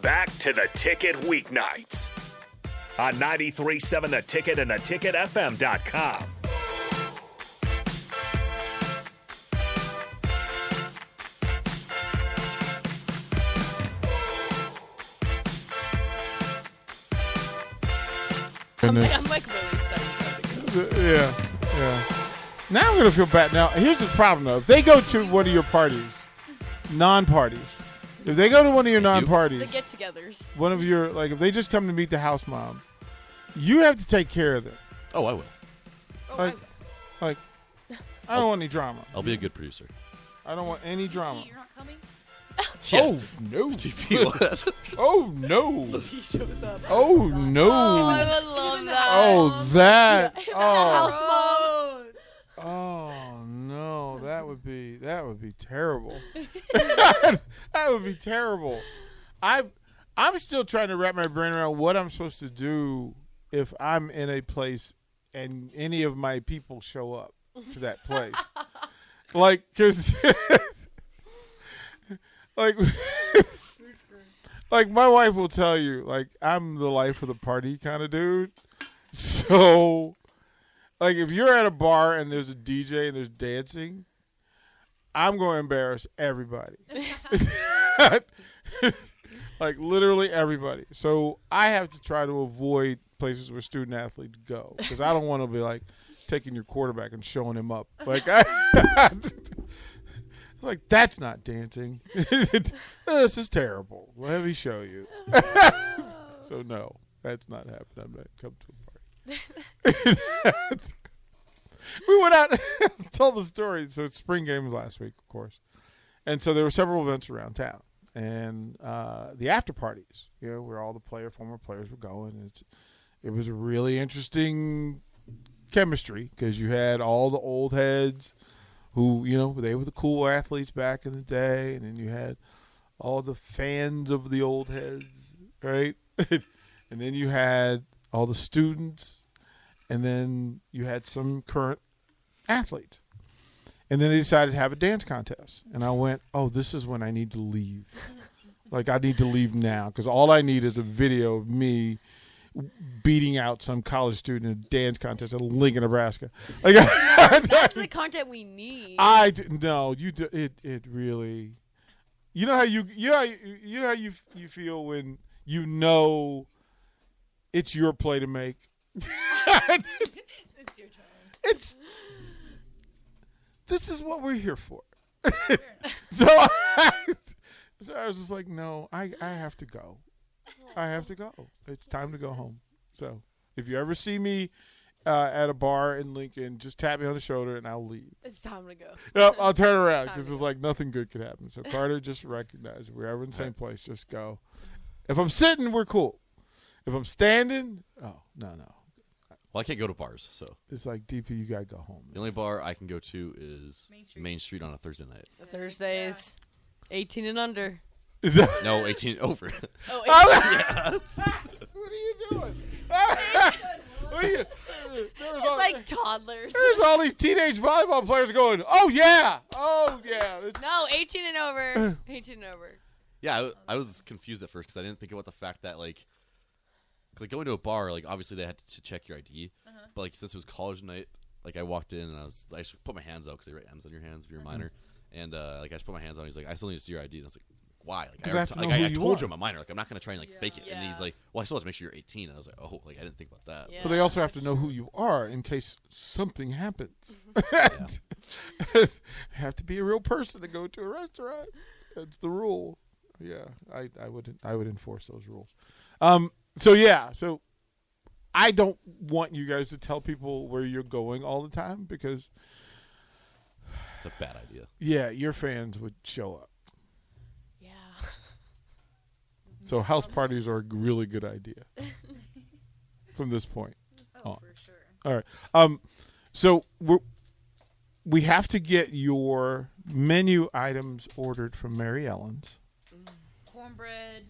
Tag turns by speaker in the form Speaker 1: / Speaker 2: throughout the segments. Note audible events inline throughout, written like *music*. Speaker 1: Back to the ticket weeknights on 93.7 The Ticket and theticketfm.com.
Speaker 2: I'm like,
Speaker 3: Goodness.
Speaker 2: I'm like really excited. About
Speaker 3: Uh, Yeah, yeah. Now I'm gonna feel bad. Now here's the problem though. If they go to one of your parties, non-parties, if they go to one of your
Speaker 2: the, the
Speaker 3: non-parties,
Speaker 2: get-togethers.
Speaker 3: one of your like, if they just come to meet the house mom, you have to take care of them.
Speaker 4: Oh, I will.
Speaker 2: Oh,
Speaker 3: Like, like, I don't want any drama.
Speaker 4: I'll be a
Speaker 3: *laughs*
Speaker 4: good producer.
Speaker 3: I don't want any drama.
Speaker 5: You're not coming?
Speaker 3: Oh no! *laughs*
Speaker 4: TP what?
Speaker 3: Oh no!
Speaker 2: *laughs* he shows up.
Speaker 3: Oh
Speaker 2: I
Speaker 3: no!
Speaker 2: would love
Speaker 5: the
Speaker 2: that.
Speaker 3: Oh that!
Speaker 2: *laughs* house
Speaker 3: Oh,
Speaker 2: mom.
Speaker 3: oh no! That would be that would be terrible. *laughs* that would be terrible. I I'm still trying to wrap my brain around what I'm supposed to do if I'm in a place and any of my people show up to that place. like cuz *laughs* like *laughs* like my wife will tell you like I'm the life of the party kind of dude. So like if you're at a bar and there's a DJ and there's dancing, I'm going to embarrass everybody. *laughs* like literally everybody. So I have to try to avoid places where student athletes go because I don't want to be like taking your quarterback and showing him up. Like I, *laughs* like that's not dancing. *laughs* this is terrible. Let me show you. *laughs* so no, that's not happening. I'm not come to a party. we went out. *laughs* tell the story. So it's spring games last week, of course, and so there were several events around town. And uh, the after parties, you know, where all the player, former players were going. and It's, it was a really interesting chemistry because you had all the old heads who, you know, they were the cool athletes back in the day. And then you had all the fans of the old heads, right? *laughs* and then you had all the students. And then you had some current athletes. And then they decided to have a dance contest. And I went, oh, this is when I need to leave. like, I need to leave now because all I need is a video of me beating out some college student in a dance contest in Lincoln, Nebraska. Like, *laughs*
Speaker 2: That's the content we need.
Speaker 3: I d- no, you d it it really. You know how you you know how you, you know how you you feel when you know it's your play to make.
Speaker 5: It's your turn.
Speaker 3: It's this is what we're here for. *laughs* so I, so I was just like, no, I I have to go. I have to go. It's time to go home. So if you ever see me uh, at a bar in Lincoln, just tap me on the shoulder and I'll leave.
Speaker 2: It's time to go.
Speaker 3: Yep, I'll turn around because it's like nothing good could happen. So Carter, just recognize we're ever in the same place. Just go. If I'm sitting, we're cool. If I'm standing, oh no no,
Speaker 4: Well, I can't go to bars, so
Speaker 3: it's like DP, you gotta go home.
Speaker 4: the only bar I can go to is
Speaker 5: Main
Speaker 4: Main
Speaker 5: Street.
Speaker 4: Street, on a Thursday night.
Speaker 2: Thursdays, 18 and under.
Speaker 3: Is that
Speaker 5: *laughs*
Speaker 4: No, 18 over. *laughs*
Speaker 2: Oh, 18
Speaker 3: *laughs* what are you doing? What are you- there was all,
Speaker 2: like toddlers.
Speaker 3: there's all these teenage volleyball players going, oh yeah, oh yeah. It's-
Speaker 2: *laughs* No, 18 and
Speaker 3: Uh.
Speaker 2: over. 18 and over.
Speaker 4: yeah, I, w- I was confused at first because I didn't think about the fact that like, like going to a bar, like obviously they had to check your ID,
Speaker 5: Uh-huh.
Speaker 4: but like since it was college night, like I walked in and I was I should put my hands out because they write M's on your hands if
Speaker 5: Uh-huh.
Speaker 4: you're a minor, and uh, like I just put my hands out. and He's like, I still need to see your ID, and I was like. Why? Like,
Speaker 3: 'Cause I
Speaker 4: already
Speaker 3: have
Speaker 4: t-
Speaker 3: to
Speaker 4: like,
Speaker 3: know who
Speaker 4: I, I
Speaker 3: you
Speaker 4: told
Speaker 3: are.
Speaker 4: you I'm a minor. Like I'm not gonna try and like fake it. And
Speaker 2: Yeah.
Speaker 4: he's like, "Well, I still have to make sure you're 18." And I was like, "Oh, like I didn't think about that."
Speaker 2: Yeah.
Speaker 3: But they also have to know who you are in case something happens. *laughs* you *laughs* have to be a real person to go to a restaurant. That's the rule. Yeah, I, I would I would enforce those rules. Um, so yeah, so I don't want you guys to tell people where you're going all the time because
Speaker 4: It's a bad idea.
Speaker 3: yeah, your fans would show up.
Speaker 2: Yeah.
Speaker 3: So house parties are a g- really good idea from this point.
Speaker 5: Oh,
Speaker 3: Oh.
Speaker 5: for sure.
Speaker 3: All right. Um, so we're, we have to get your menu items ordered from Mary Ellen's
Speaker 5: Cornbread,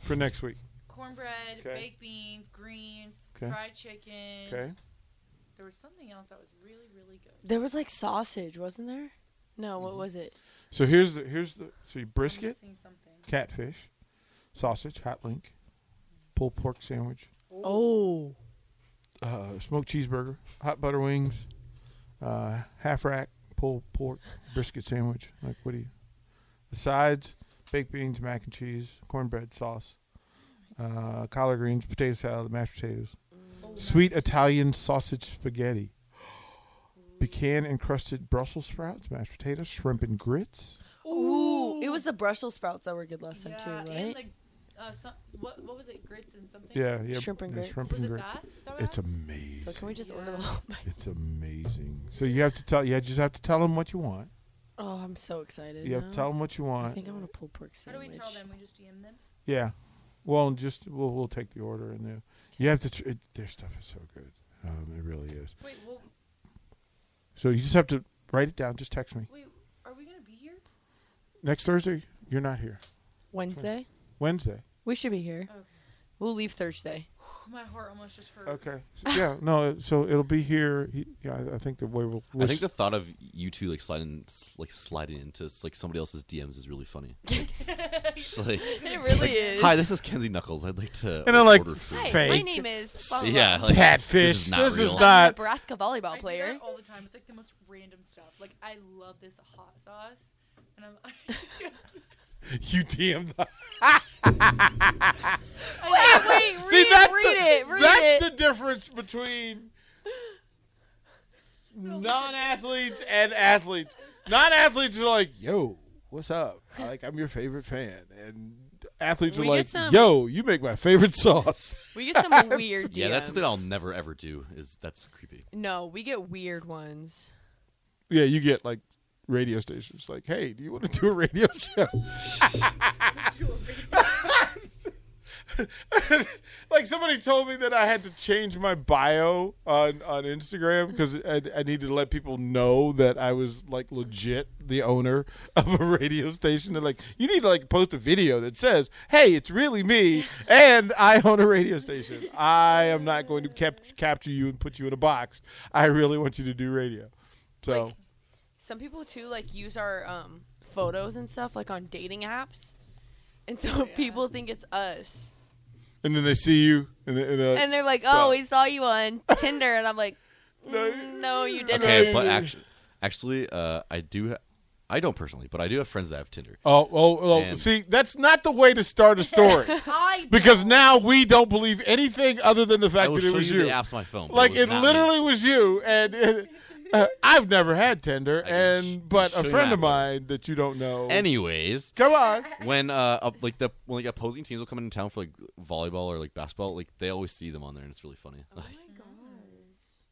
Speaker 3: for next week.
Speaker 5: cornbread,
Speaker 3: Okay.
Speaker 5: baked beans, greens,
Speaker 3: 'Kay.
Speaker 5: fried chicken.
Speaker 3: Okay.
Speaker 5: There was something else that was really, really good.
Speaker 2: There was like sausage, wasn't there?
Speaker 3: Mm-hmm.
Speaker 2: No, what was it?
Speaker 3: So here's the here's the so you
Speaker 5: I'm
Speaker 3: brisket,
Speaker 5: missing something.
Speaker 3: catfish, sausage, hot link, pulled pork sandwich,
Speaker 2: Oh.
Speaker 3: uh, smoked cheeseburger, hot butter wings, uh, half rack pulled pork brisket sandwich. Like, what do you? The sides: baked beans, mac and cheese, cornbread sauce, uh, collard greens, potato salad, mashed potatoes, sweet Italian sausage spaghetti, pecan encrusted Brussels sprouts, mashed potatoes, shrimp and grits.
Speaker 2: Ooh. It was the Brussels sprouts that were good last
Speaker 5: yeah,
Speaker 2: time too,
Speaker 5: and
Speaker 2: right?
Speaker 5: like uh, some, what what was it? Grits and something.
Speaker 3: Yeah, yeah,
Speaker 2: Shrimp and
Speaker 3: yeah,
Speaker 2: grits.
Speaker 3: Shrimp
Speaker 5: Was
Speaker 3: and
Speaker 5: it
Speaker 3: grits.
Speaker 5: that? that
Speaker 3: It's
Speaker 5: a
Speaker 3: amazing.
Speaker 2: so can we just order
Speaker 5: Yeah.
Speaker 2: the whole thing?
Speaker 3: It's amazing. So you have to tell. You just have to tell them what you want.
Speaker 2: *laughs* Oh, I'm so excited.
Speaker 3: You have
Speaker 2: now.
Speaker 3: to tell them what you
Speaker 2: I
Speaker 3: want.
Speaker 2: think I want to pull pork
Speaker 5: How do
Speaker 2: sandwich.
Speaker 5: we tell them? We just DM them.
Speaker 3: Yeah. Well, and just we'll we'll take the order and then you have to. Tr- it, their stuff is so good. Um, it really is.
Speaker 5: Wait, well,
Speaker 3: So you just have to write it down. Just text me
Speaker 5: wait. Are we gonna be here?
Speaker 3: next Thursday. You're not here.
Speaker 2: Wednesday?
Speaker 3: Wednesday.
Speaker 2: We should be here.
Speaker 5: Okay.
Speaker 2: We'll leave Thursday.
Speaker 5: My heart almost just hurt.
Speaker 3: Okay. Yeah. No. uh, So it'll be here. He- Yeah. I- I think the way we'll. we'll
Speaker 4: I think the
Speaker 3: s-
Speaker 4: thought of you two like sliding, s- like sliding into s- like somebody else's DMs is really
Speaker 2: *laughs*
Speaker 4: funny. Like, just,
Speaker 2: *laughs*
Speaker 4: like-
Speaker 2: It
Speaker 4: just,
Speaker 2: really
Speaker 4: like,
Speaker 2: is.
Speaker 4: Hi, this is Kenzie Knuckles. I'd like to.
Speaker 3: And I'm like,
Speaker 4: order food."
Speaker 2: Hi, my
Speaker 3: Fake.
Speaker 2: name is.
Speaker 4: yeah,
Speaker 2: Yeah.
Speaker 4: like,
Speaker 3: Catfish,
Speaker 4: This is not
Speaker 3: this is
Speaker 4: real.
Speaker 3: not-
Speaker 2: Nebraska
Speaker 5: I
Speaker 2: volleyball
Speaker 5: do
Speaker 2: player.
Speaker 5: that all the time with like the most random stuff. Like I love this hot sauce, and I'm. *laughs* I
Speaker 3: *laughs* you DM. The-
Speaker 2: Wait, wait, read,
Speaker 3: *laughs* See, that's
Speaker 2: read
Speaker 3: the,
Speaker 2: it, read
Speaker 3: that's
Speaker 2: it.
Speaker 3: the difference between non-athletes and athletes. Non-athletes are like, "Yo, what's up? Like, I'm your favorite fan," and athletes
Speaker 2: We
Speaker 3: are
Speaker 2: get
Speaker 3: like,
Speaker 2: some-
Speaker 3: "Yo, you make my favorite *laughs* sauce."
Speaker 2: we get some weird DMs.
Speaker 4: Yeah, that's something I'll never ever do. Is that's creepy.
Speaker 2: No, we get weird ones.
Speaker 3: yeah, you get like radio stations like, "Hey, do you want to do a radio show?" *laughs* like somebody told me that I had to change my bio on on Instagram because I, I needed to let people know that I was like legit the owner *laughs* of a radio station. They're like, you need to like post a video that says, "Hey, it's really me, and I own a radio station. I am not going to cap- capture you and put you in a box. I really want you to do radio." So.
Speaker 2: Like- Some people too like use our um, photos and stuff like on dating apps, and so people think it's us,
Speaker 3: and then they see you, and, they,
Speaker 2: and they're like,
Speaker 3: So-
Speaker 2: "Oh, we saw you on Tinder," and I'm like, "Mm, "No, you didn't."
Speaker 4: Okay, but actually, actually, uh, I do. Ha- I don't personally, but I do have friends that have Tinder.
Speaker 3: oh, oh, oh,
Speaker 4: And-
Speaker 3: see, that's not the way to start a
Speaker 2: *laughs*
Speaker 3: story
Speaker 5: I
Speaker 3: because
Speaker 5: don't.
Speaker 3: now we don't believe anything other than the
Speaker 4: I
Speaker 3: fact
Speaker 4: will
Speaker 3: that
Speaker 4: show
Speaker 3: it was
Speaker 4: you
Speaker 3: you.
Speaker 4: the apps on my phone. but
Speaker 3: like
Speaker 4: was
Speaker 3: it
Speaker 4: not me.
Speaker 3: literally was you, and *laughs* it, uh, I've never had Tinder,
Speaker 4: can sh-
Speaker 3: and but
Speaker 4: show
Speaker 3: a
Speaker 4: you
Speaker 3: friend
Speaker 4: my
Speaker 3: of
Speaker 4: app.
Speaker 3: mine that you don't know.
Speaker 4: Anyways,
Speaker 3: come on,
Speaker 4: when uh, up- like the when like opposing teams will come into town for like volleyball or like basketball, like they always see them on there, and it's really funny.
Speaker 5: Oh,
Speaker 4: Like,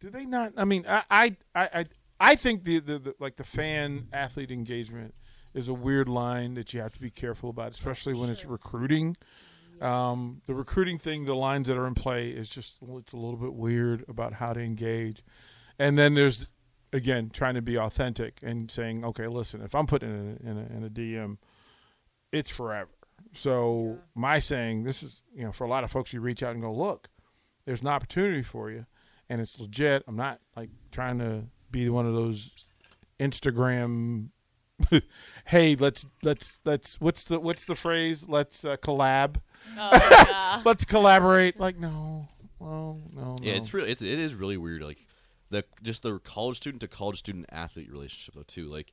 Speaker 3: do they not? I mean, I, I, I, I, I think the, the, the like the fan athlete engagement is a weird line that you have to be careful about, especially when it's recruiting. Um, the recruiting thing, the lines that are in play is just it's a little bit weird about how to engage. And then there's again trying to be authentic and saying, okay, listen, if I'm putting in a, in a, in a DM, it's forever. So my saying this is you know for a lot of folks, you reach out and go, look, there's an opportunity for you, and it's legit. I'm not like trying to be one of those Instagram. *laughs* hey, let's let's let's what's the what's the phrase? Let's uh, collab.
Speaker 2: Oh, yeah.
Speaker 3: *laughs* Let's collaborate. Like no, well, no, no.
Speaker 4: yeah, it's real. It's it is really weird. Like the just the college student to college student athlete relationship though too. Like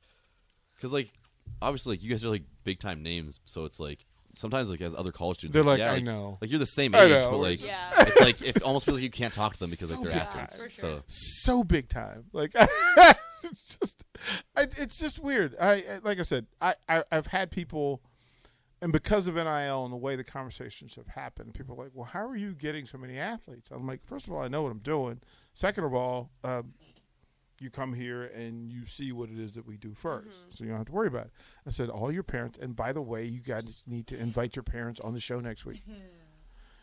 Speaker 4: because like obviously like you guys are like big time names, so it's like sometimes like as other college students
Speaker 3: They're like,
Speaker 4: yeah,
Speaker 3: "I know."
Speaker 4: like you're the same
Speaker 3: I
Speaker 4: age,
Speaker 3: know.
Speaker 4: but like
Speaker 2: Yeah.
Speaker 4: it's like it almost feels like you can't talk to them because like
Speaker 3: So
Speaker 4: they're
Speaker 3: bad.
Speaker 4: athletes.
Speaker 5: For sure.
Speaker 4: So
Speaker 3: so big time. Like *laughs* it's just, I, it's just weird. I, I like I said, I, I I've had people, and because of NIL and the way the conversations have happened, people are like, well, how are you getting so many athletes? I'm like, first of all, I know what I'm doing. Second of all, um, you come here and you see what it is that we do 1st so you don't have to worry about it. I said, all your parents, and by the way, you guys need to invite your parents on the show next week.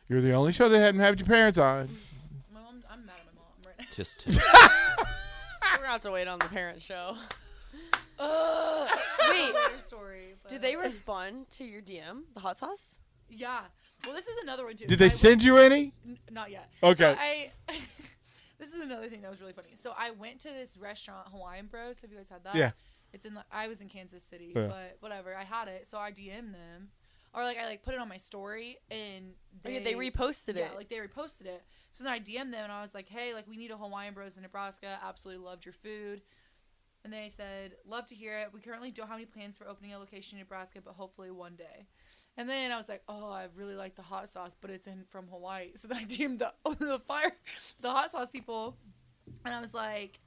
Speaker 3: You're the only show that hadn't had your parents on.
Speaker 5: My mom, I'm mad at my mom right now.
Speaker 4: tis,
Speaker 2: we're gonna have to wait on the parent show. *laughs* Wait,
Speaker 5: Another story. But,
Speaker 2: did they respond to your DM, the hot sauce?
Speaker 5: *laughs* Yeah. Well, this is another one too.
Speaker 3: Did they
Speaker 5: I-
Speaker 3: send you any?
Speaker 5: N- not yet.
Speaker 3: Okay.
Speaker 5: So I. *laughs* this is another thing that was really funny. So I went to this restaurant, Hawaiian Bros. Have you guys had that?
Speaker 3: Yeah.
Speaker 5: It's in. like, I was in Kansas City,
Speaker 3: Yeah.
Speaker 5: but whatever. I had it, so I DM them. or like I like put it on my story and they,
Speaker 2: Okay, Oh, they reposted
Speaker 5: yeah,
Speaker 2: it.
Speaker 5: like they reposted it. So then I DM'd them and I was like, hey, like we need a Hawaiian Bros in Nebraska. Absolutely loved your food. And they said, love to hear it. We currently don't have any plans for opening a location in Nebraska, but hopefully one day. And then I was like, oh, I really like the hot sauce, but it's in from Hawaii. *laughs* So then I DM'd the, the fire, the hot sauce people, and I was like,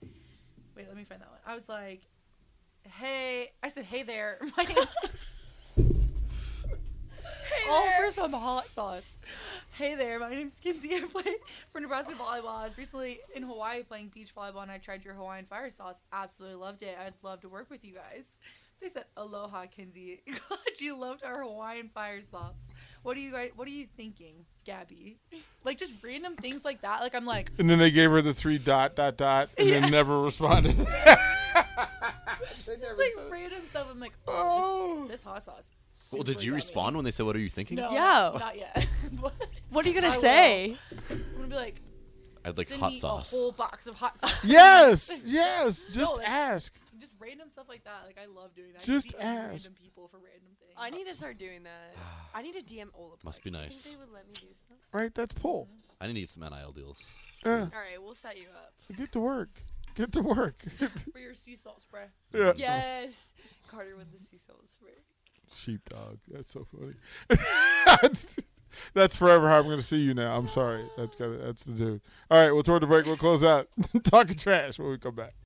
Speaker 5: wait, let me find that one. I was like, hey, I said, hey there. *laughs* My name's all for some hot sauce. Hey there, my name's Kinsey. I play for Nebraska volleyball. I was recently in Hawaii playing beach volleyball, and I tried your Hawaiian fire sauce. Absolutely loved it. I'd love to work with you guys. They said, "Aloha, Kinsey. *laughs* Glad you loved our Hawaiian fire sauce. What are you guys? What are you thinking, Gabby? Like just random things like that. Like I'm like,
Speaker 3: And then they gave her the three dot dot dot, and
Speaker 5: Yeah.
Speaker 3: then never *laughs* responded.
Speaker 5: just like random stuff. I'm like, oh,
Speaker 3: oh,
Speaker 5: this, this hot sauce. is
Speaker 4: Well, did
Speaker 5: *laughs* super
Speaker 4: you
Speaker 5: yummy."
Speaker 4: respond when they said, "What are you thinking"?
Speaker 5: No,
Speaker 2: Yeah.
Speaker 5: not, not yet. *laughs* But
Speaker 2: What are you gonna
Speaker 5: I will.
Speaker 2: say?
Speaker 5: I'm gonna be like,
Speaker 4: I'd like
Speaker 5: send
Speaker 4: hot
Speaker 5: me
Speaker 4: sauce.
Speaker 5: a whole box of hot sauce.
Speaker 3: yes, yes. Just
Speaker 5: like-
Speaker 3: ask.
Speaker 5: just random stuff like that. Like I love doing that. I
Speaker 3: Just
Speaker 5: DM Random
Speaker 3: ask.
Speaker 5: people for random things.
Speaker 2: I need to start doing that. I need to DM Olaplex.
Speaker 4: *sighs* Must be
Speaker 2: You
Speaker 4: nice.
Speaker 2: Think they would let me do something?
Speaker 3: Right, that's pull.
Speaker 4: I need to get some NIL deals.
Speaker 3: Yeah.
Speaker 2: All right, we'll set you up.
Speaker 3: So get to work. Get to work. *laughs*
Speaker 5: for your sea salt spray.
Speaker 3: yeah.
Speaker 2: Yes, *laughs* Carter with the sea salt spray.
Speaker 3: Sheepdog. That's so funny. *laughs* that's, that's forever how I'm going to see you *laughs* now. I'm sorry. That's got to, That's the dude. All right. Well, toward the break, we'll close out. Talking trash when we come back.